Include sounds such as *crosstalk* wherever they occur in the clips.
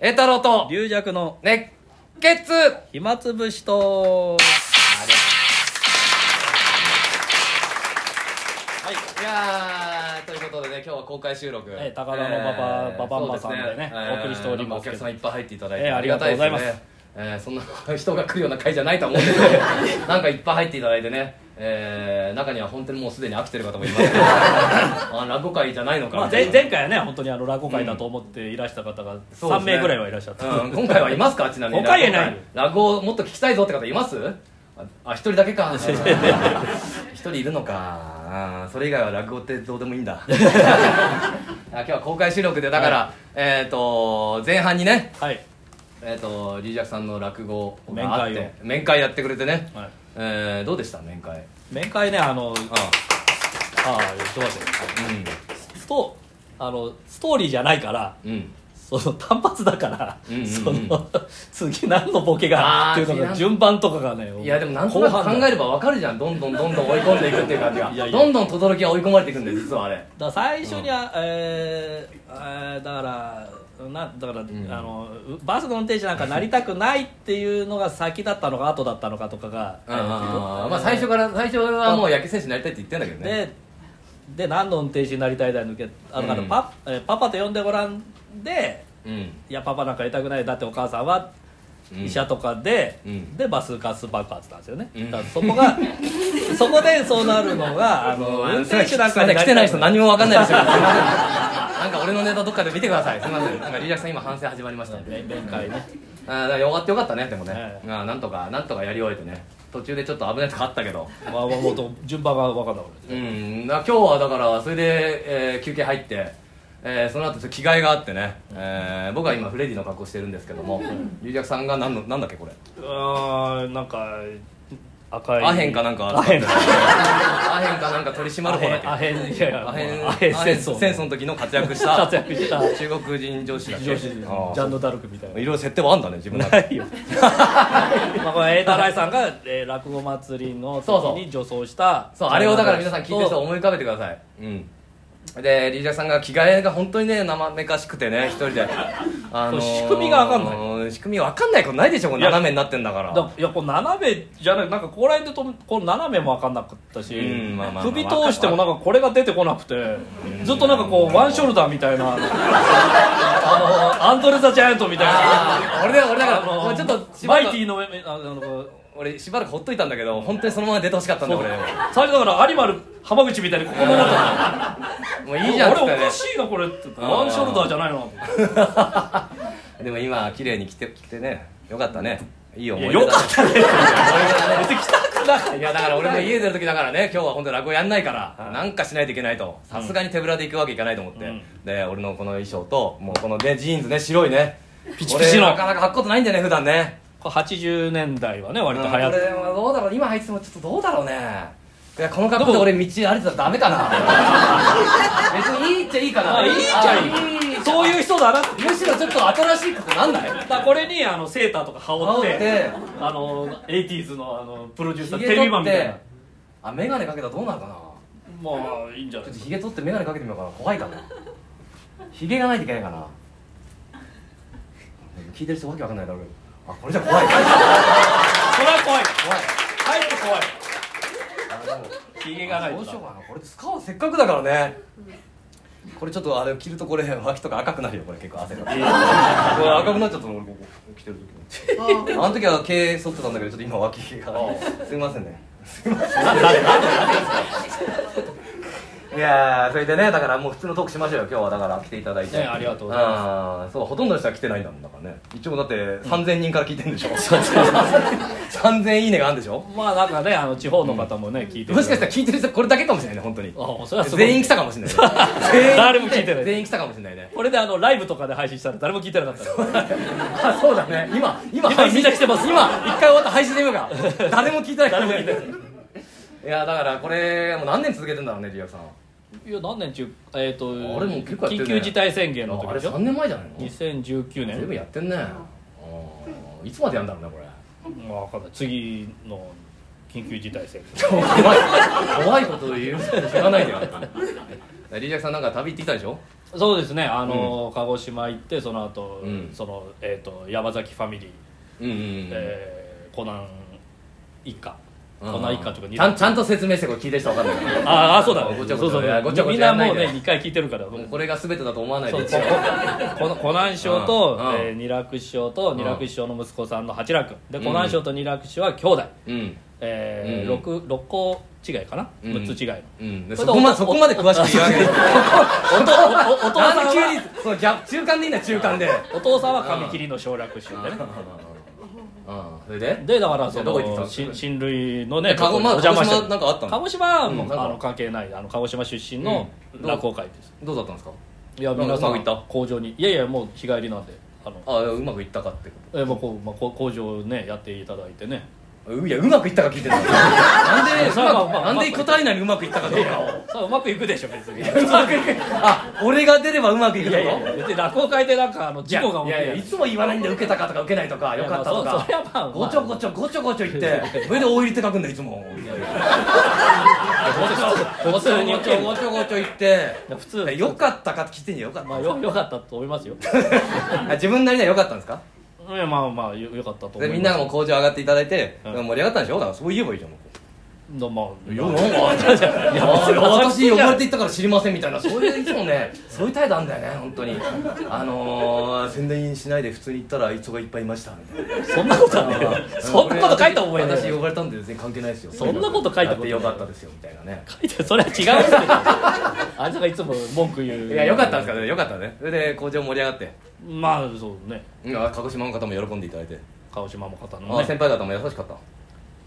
栄太郎と龍弱の熱血暇つぶしとはい、いやーということでね、今日は公開収録、ええ高田の馬場馬場馬さんでねお送りしておりますけけど、お客さどんいっぱい入っていただいて、ええありがとうございますありがたですねええそんな人が来るような会じゃないと思うんですけど、 *laughs* なんかいっぱい入っていただいてね、ええ中には本当にもうすでに飽きてる方もい *laughs* ますけど、あ落語会じゃないのかまあ、みたい前な前回はね本当にあの落語会だと思っていらした方が3名ぐらいはいらっしゃった、うん、今回はいますかちなみに他いない落語もっと聞きたいぞって方いますああ一人だけか *laughs* うん一人いるのかうんそれ以外は落語ってどうでもいいん *laughs* だあ今日は公開収録でだから、えっ、と前半にねはい、えっ、とリージャクさんの落語があって面会を面会やってくれてね、はい、えーどうでした面会面会ねあのああ言ってましたよストあのストーリーじゃないからうんうんその単発だから、うんうんうんその次何のボケがあーっていうの違がう順番とかがねいやでもなんとなく考えれるばわかるじゃんどんどんどんどん追い込んでいくっていう感じがいやいやどんどん轟が追い込まれていくんだよ実はあれだから最初には、えーえーだからなだから、んあのバスの運転手なんかなりたくないっていうのが先だったのか後だったのかとかが、うんうんうんうんまあ最初から最初はもう野球選手になりたいって言ってんだけどねでで何の運転手になりたいだ抜けあだからうんパ,、えーパパと呼んでごらんでうんいやパパなんかやりたくないだってお母さんはうん医者とかで、うんでバスガス爆発なんですよね、うんだからそこがそこでそうなるのがあの運転手なんかにな来りてなたい人何も分かんないですよすいませんなんか俺のネタどっかで見てくださいすいませんなんかリーダーさん今反省始まりましたんで面面会ねあーだからよかったよかったねでもね、ええあーなんとかなんとかやり終えてね途中でちょっと危ないとかあったけどまあまあもっと順番が分かんなくなっうてんだから今日はだからそれで、えー休憩入って、えーその後ちょっと着替えがあってね、えー僕は今フレディの格好してるんですけども龍尺さんが何のなんだっけこれあーなんか赤いアヘンかなんかあアヘンアヘンかなんか取り締まる方だっけアヘンアヘンいやいやアヘンアヘン戦争戦争の時の活躍し *laughs* 活た躍した中国人女子だっけ女子ジああャンヌ・ダルクみたいないろいろ設定はあんだね自分の中なでいよ *laughs* まあこれ栄太郎さんが、えー落語祭りのそうそう時に女装したそうあれをだから皆さん聞いてる人そはう思い浮かべてくださいうんでリージャクさんが着替えが本当にね生めかしくてね一人であそう仕組みがわかんない仕組みわかんないことないでしょこれいや斜めになってんだからだいやこう斜めじゃないなんかここら辺でとこう斜めも分かんなかったし、うんまあまあまあ首通してもなんかこれが出てこなくて、ずっとなんかこうワンショルダーみたいな *laughs* あのアンドレ・ザ・ジャイアントみたいなああ俺だ俺だかあらもうちょっとしばマらイくティのめあの俺しばらくほっといたんだけど本当にそのまま出てほしかったんだ俺最初だからアニマル浜口みたいにここの中もういいじゃんっつって俺おねかしいなこれってワンショルダーじゃないのでも今綺麗に着て着てねよかったねいい思い出いやよかった *laughs* ね別に来たくなかっいやだから俺も家出る時だからね今日は本当に落語やんないからなんかしないといけないとさすがに手ぶらで行くわけいかないと思って、うんで俺のこの衣装ともうこのねジーンズね白いねピチピチの俺なかなか履くことないんだよね普段ねた80年代はね割とうん流行っこてれはどうだろう今履いててもちょっとどうだろうねいやこの格好で俺道歩いてたらダメか *laughs* な別にいいっちゃいいかなあいいっちゃいいあそういう人だなってむしろちょっと新しいことなんないだからこれにあのセーターとか羽織って羽あの 80s のあのプロデューサーひテげレビマ取ンってみたいなあ眼鏡かけたらどうなるかなまあいいんじゃなちいょっとですかひげ取って眼鏡かけてみようかな怖いかなひげがないといけないかな聞いてる人わけわかんないだろうけどあこれじゃ怖い怖いそれは怖い怖い入って怖いあでもひげがないとどうしようかなこれ使おうせっかくだからねこれちょっとあれ着るとこれ脇とか赤くなるよこれ結構汗がこれ赤くなっちゃったの俺ここ着てる時あの時は毛剃ってたんだけどちょっと今脇がすいませんねいやーそれでねだからもう普通のトークしましょうよ今日はだから来ていただいて、ねありがとうございますあーそうほとんどの人は来てないんだもんだからね一応だって3000人から聞いてるんでしょ、3000いいねがあるんでしょまあなんかねあの地方の方もね聞いてもしかしたらら聞いてる人これだけかもしれないね本当にあそれはすごい全員来たかもしれないね全員 *laughs* 誰も聞いてない全員来たかもしれないねこれであのライブとかで配信したら誰も聞いてなかったからあ *laughs* そうだね今今今みんな来てます今一回終わった配信で見ようか誰も聞いてない誰も聞いてないいやだからこれもう何年続けてんだろうねリアクさんいや何年中えっとあれも結構やってるね緊急事態宣言のあ時れでしょ3年前じゃないの全2019部年やってんねうんいつまでやんだろうねこれまあわかんない次の緊急事態宣言怖い怖いこと言う知らないでよリアクさんなんか旅行ってきたでしょそうですねあの、鹿児島行ってその後、うんそのえっ、と山崎ファミリー、うんうんうんえーコナン一家うんコナン一家とかちゃんちゃんと説明してこれ聞いてる人わかんないからあーあそうだねごちゃそごうちゃそういやごちゃごちゃみんなやもんうなねいで2回聞いてるからもうこれが全てだと思わないそうでここ *laughs* こコナン師匠と、うんうんえー二楽師匠とん二楽師匠の息子さんの八楽でうんコナン師匠と二楽師匠は兄弟、うんえーうん六六個違いかな、うん六つ違 *laughs* いのうんでそそれでこまおでそこまで詳しく言わないお父おおお父さんなんで急はにそのギャップ中間でいいんだよ中間でお父さんは神切りの奨楽師匠でねうんそれででだからそどこ行ってきたのんですかし親類のね鹿児とこにお邪魔し鹿児て島なんかあったの鹿児島はうんもうなんかあの関係ないあの鹿児島出身のうん落語会です、どうだったんですかいやなんか皆さうまくいんった工場にいやいやもう日帰りなんであのあうまくいったかってこえまあこうまあ、こう工場をねやっていただいてねとういやうまくいったか聞いてたなん *laughs* でうそうまあまくまなあんで答えないのうまくいったかどうかをさあうまくいくでしょ *laughs* 別にいいあ俺が出ればう *laughs* まくいくだやろいや別に落語会でなんかあの事故がい起きやいやるいつも言わないんだよ受けたかとか受けないとかよかったといやまあそそれはまあかごちょごちょごちょごちょ言って *laughs* それで大入りって書くんだよいつも普ごちょ通にご受ちけょるごちょごちょ言って普通よかったかって聞いてんじゃんよかった、まあよよかったと思いま *laughs* すよあ自分なりにはよかったんですかいやまあまあよよかったと思いまですみんながもう工場上がっていただいて、うん盛り上がったんでしょだからそう言えばいいじゃんもどうもうなんかいやあー私呼ばれていいったから知りませんみたいなそういういつもねそういう態度あんだよね本当にあのー、宣伝しないで普通に行ったらあいつがいっぱいいましたみたいなそんなことはね *laughs* えよそんなこと書いた覚えない私呼ばれたんで全然関係ないですよそんなこと書いたやこっとなていよかったですよみたいなね書いて *laughs* それは違 *laughs* うんですよあいつがいつも文句言ういいやよかったんですかねよかったねそれで工場盛り上がってまあそうねうんあ鹿児島の方も喜んでいただいて、鹿児島も方あの先ね輩方も優しかった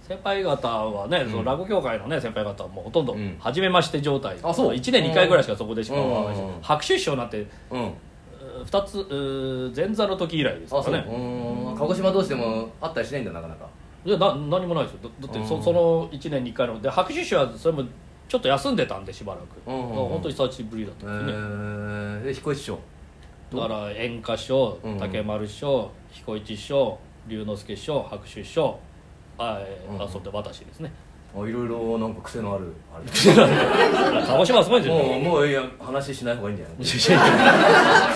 先輩方はね、その落語協会のね先輩方はもうほとんどうん初めまして状態、あそう1年2回ぐらいしかそこでしかお会いしうん白手師匠なんてうんう2つう前座の時以来ですあかそうらねね鹿児島同士でも会ったりしないんだなかなかいやな何もないですよだだってうそんその1年2回ので白手師匠はそれもちょっと休んでたんでしばらく、うんうんうんだから本当に久しぶりだったえんですね、ー、で彦一師匠だから演歌師匠うん竹丸師匠彦一師匠龍之介師匠白手師匠あ、えーうんあそうで私ですねあいろいろなんか癖のあるあれ *laughs* 鹿児島はすごいんですよ *laughs* もうもういや話しない方がいいんじゃないいやいや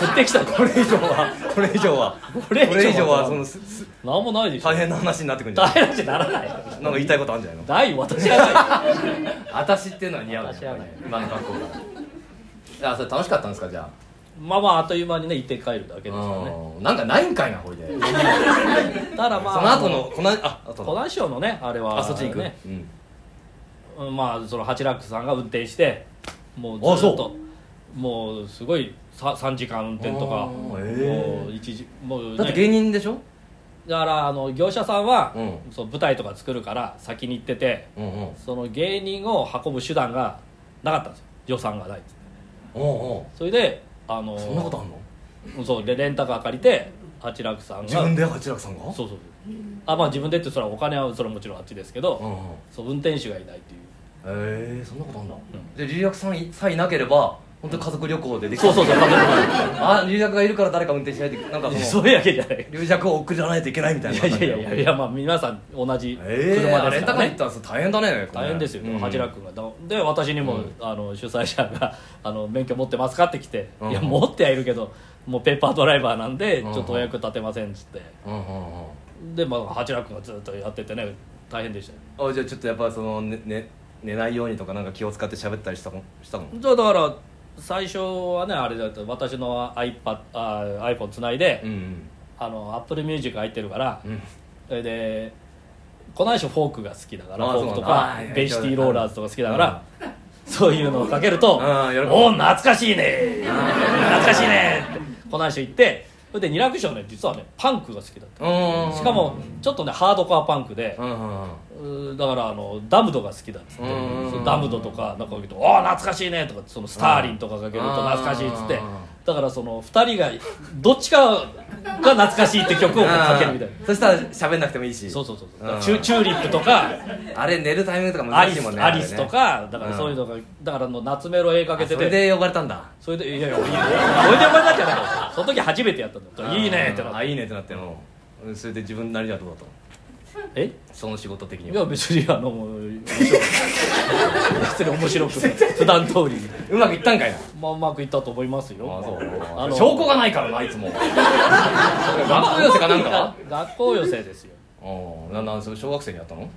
振ってきたのこれ以上は *laughs* これ以上はこれ以上はそのすす何もないでしょ大変な話になってくるんじゃ大ない変なしならないなんか言いたいことあるんじゃないのない私はない私っていうのは似合うね私はね今の格好があそれ楽しかったんですかじゃあまあまああっという間にね行って帰るだけですよねうんなんかないんかいなこれでそただまあの後のこのああと湖南省のねあれはあそっちに行くねうんうんまあその八楽さんが運転してもうあずっそともうすごいさ3時間運転とかあもーへーう一時もうねだって芸人でしょだからあの業者さんは、うそう舞台とか作るから先に行っててうんうんその芸人を運ぶ手段がなかったんですよ予算がないっつっておうそれであのおうそんなことあんのそうでレンタカー借りて八楽さんが自分で八楽さんがそうそうあまあ自分でってそれはお金はそれはもちろんあっちですけど、うんうんそう運転手がいないっていうええそんなことあんだんで留学さんいさえいなければ本当に家族旅行でできたそうそうそうあ留学がいるから誰か運転しないといけなんか *laughs* そそのういうわけじゃない留学を送らないといけないみたい *laughs* いなや感いじやいやいやまあ皆さん同じ車でえすえかあレンタらカー行っねたんです大変だねこれ大変ですよ、うん八楽がだで私にも、うんあの主催者が *laughs* あの「免許持ってますか?」って来て「うんいや持ってはいるけどもうペーパードライバーなんで、うんちょっとお役立てません」っつってうんうんうんで、まあ、八楽がずっとやっててね大変でしたよあじゃあちょっとやっぱその、ねね、寝ないようにとかなんか気を使って喋ったりしたのしたのじゃあだから最初はねあれだと私の iPad あ iPhone つないで、うんうんあの Apple Music 入ってるから、うんそれでこないしょフォークが好きだからあフォークとそうなんかだあーベイシティローラーズとか好きだから、そういうのをかけると「おあー喜ぶお懐かしいね懐かしいね」ってこないしょ行ってそれで二楽章ね実はねパンクが好きだっうんたしかもちょっとねハードコアパンクでう、んうんうんうーだからあのダムドが好きだっつってうんそうダムドとかなんか言うと「おお懐かしいね」とかそのスターリンとかかけるとうん懐かしいっつってうんだからその2人がどっちかが懐かしいって曲をかけるみたいなそしたら喋んなくてもいいしそうそうそうそううんチュチューリップ *laughs* とかあれ寝るタイミングとかア難リしいスもんねアあれリねスとかだからそういうのがだからあの夏メロ絵かけあてそれてで呼ばれたんだそれでいやいやいいねそれで呼ばれたんじゃないその時初めてやったんだよ「いいね」ってなあっていいねってなってもうんそれで自分なりだとだとえその仕事的にいはや別にあの面白い *laughs* 普通に面白く普段通りにうまくいったんかいなまあうまくいったと思いますよあそうあの証拠がないからない *laughs* つも学校寄せかなんか学校寄せですようんななんそれ小学生にやったの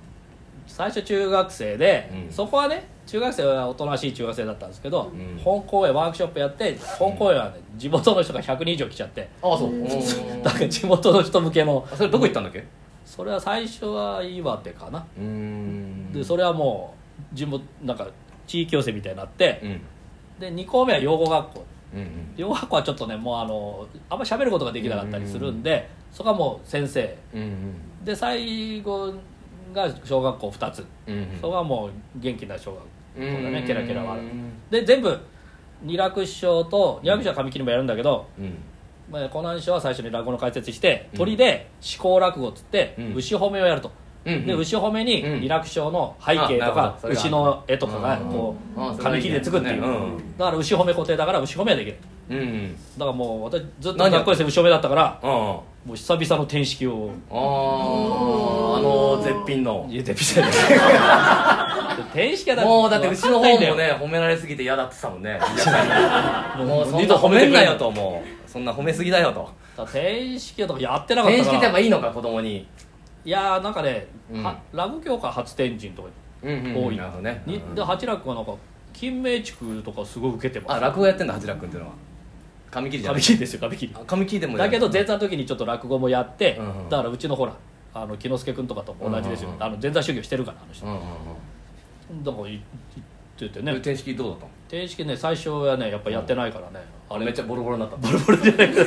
最初中学生で、うんそこはね中学生はおとなしい中学生だったんですけど、ん本公演ワークショップやって本公演はね地元の人が100人以上来ちゃってああそううんだから地元の人向けのあそれどこ行ったんだっけそれは最初は岩手かな、うんでそれはもう地元なんか地域寄せみたいになって、うんで2校目は養護学校うんうん養護学校はちょっとねもうあのあんまり喋ることができなかったりするんで、そこはもう先生うんで最後が小学校2つ、うんうんそこはもう元気な小学校だね、うんケラケラ笑うで全部二楽師匠と二楽師匠は神木にもやるんだけど、うんまあ、コナン師匠は最初に落語の解説して鳥で思考落語っつって、うん牛褒めをやると、うんうんで牛褒めにうん二楽師匠の背景とあなるかほ、ど牛の絵とかがこう、うんうん紙切りで作っていう、うんうんだから牛褒め固定だから牛褒めはできるうんうんだからもう私ずっと何や学校で牛褒めだったからあもう久々の転 *laughs* 式をああの絶品の入れてみたいな転式はもうだって牛の方もわかんないんだね褒められすぎて嫌だって言ってたもんねよもうそんな褒めんなよともうそんな褒めすぎだよとだから転式とかやってなかった転から式ってやっぱいいのか子供にいやーなんかね、うんはラグ協会初天神とか多多い、なるほどねにで八楽はなんか金明地区とかすごい受けてますあ落語やってんだ八楽君っていうのは髪切りじゃな紙い切りですよ紙切りあ髪切りでもだけど全前座の時にちょっと落語もやって、うんうんだからうちのほらあの木之助君とかと同じですよ、うんうんうんあの前座修行してるからあの人、うんうんだからいいって言ってうんね転式どうだったの定式ね最初はねやっぱやってないからね、あれめっちゃボロボロになったボロボロじゃないか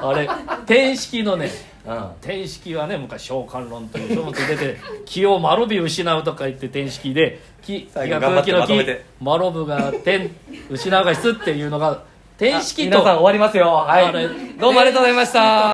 らあれ定式のねうん天式はね昔「召喚論」という書物に出て「気を丸び失う」とか言って天式で「気最気後が空気の頑張ってまと気めて丸ぶが天失うが質」っていうのが天式皆さんと終わりますよはあれいどうもありがとうございました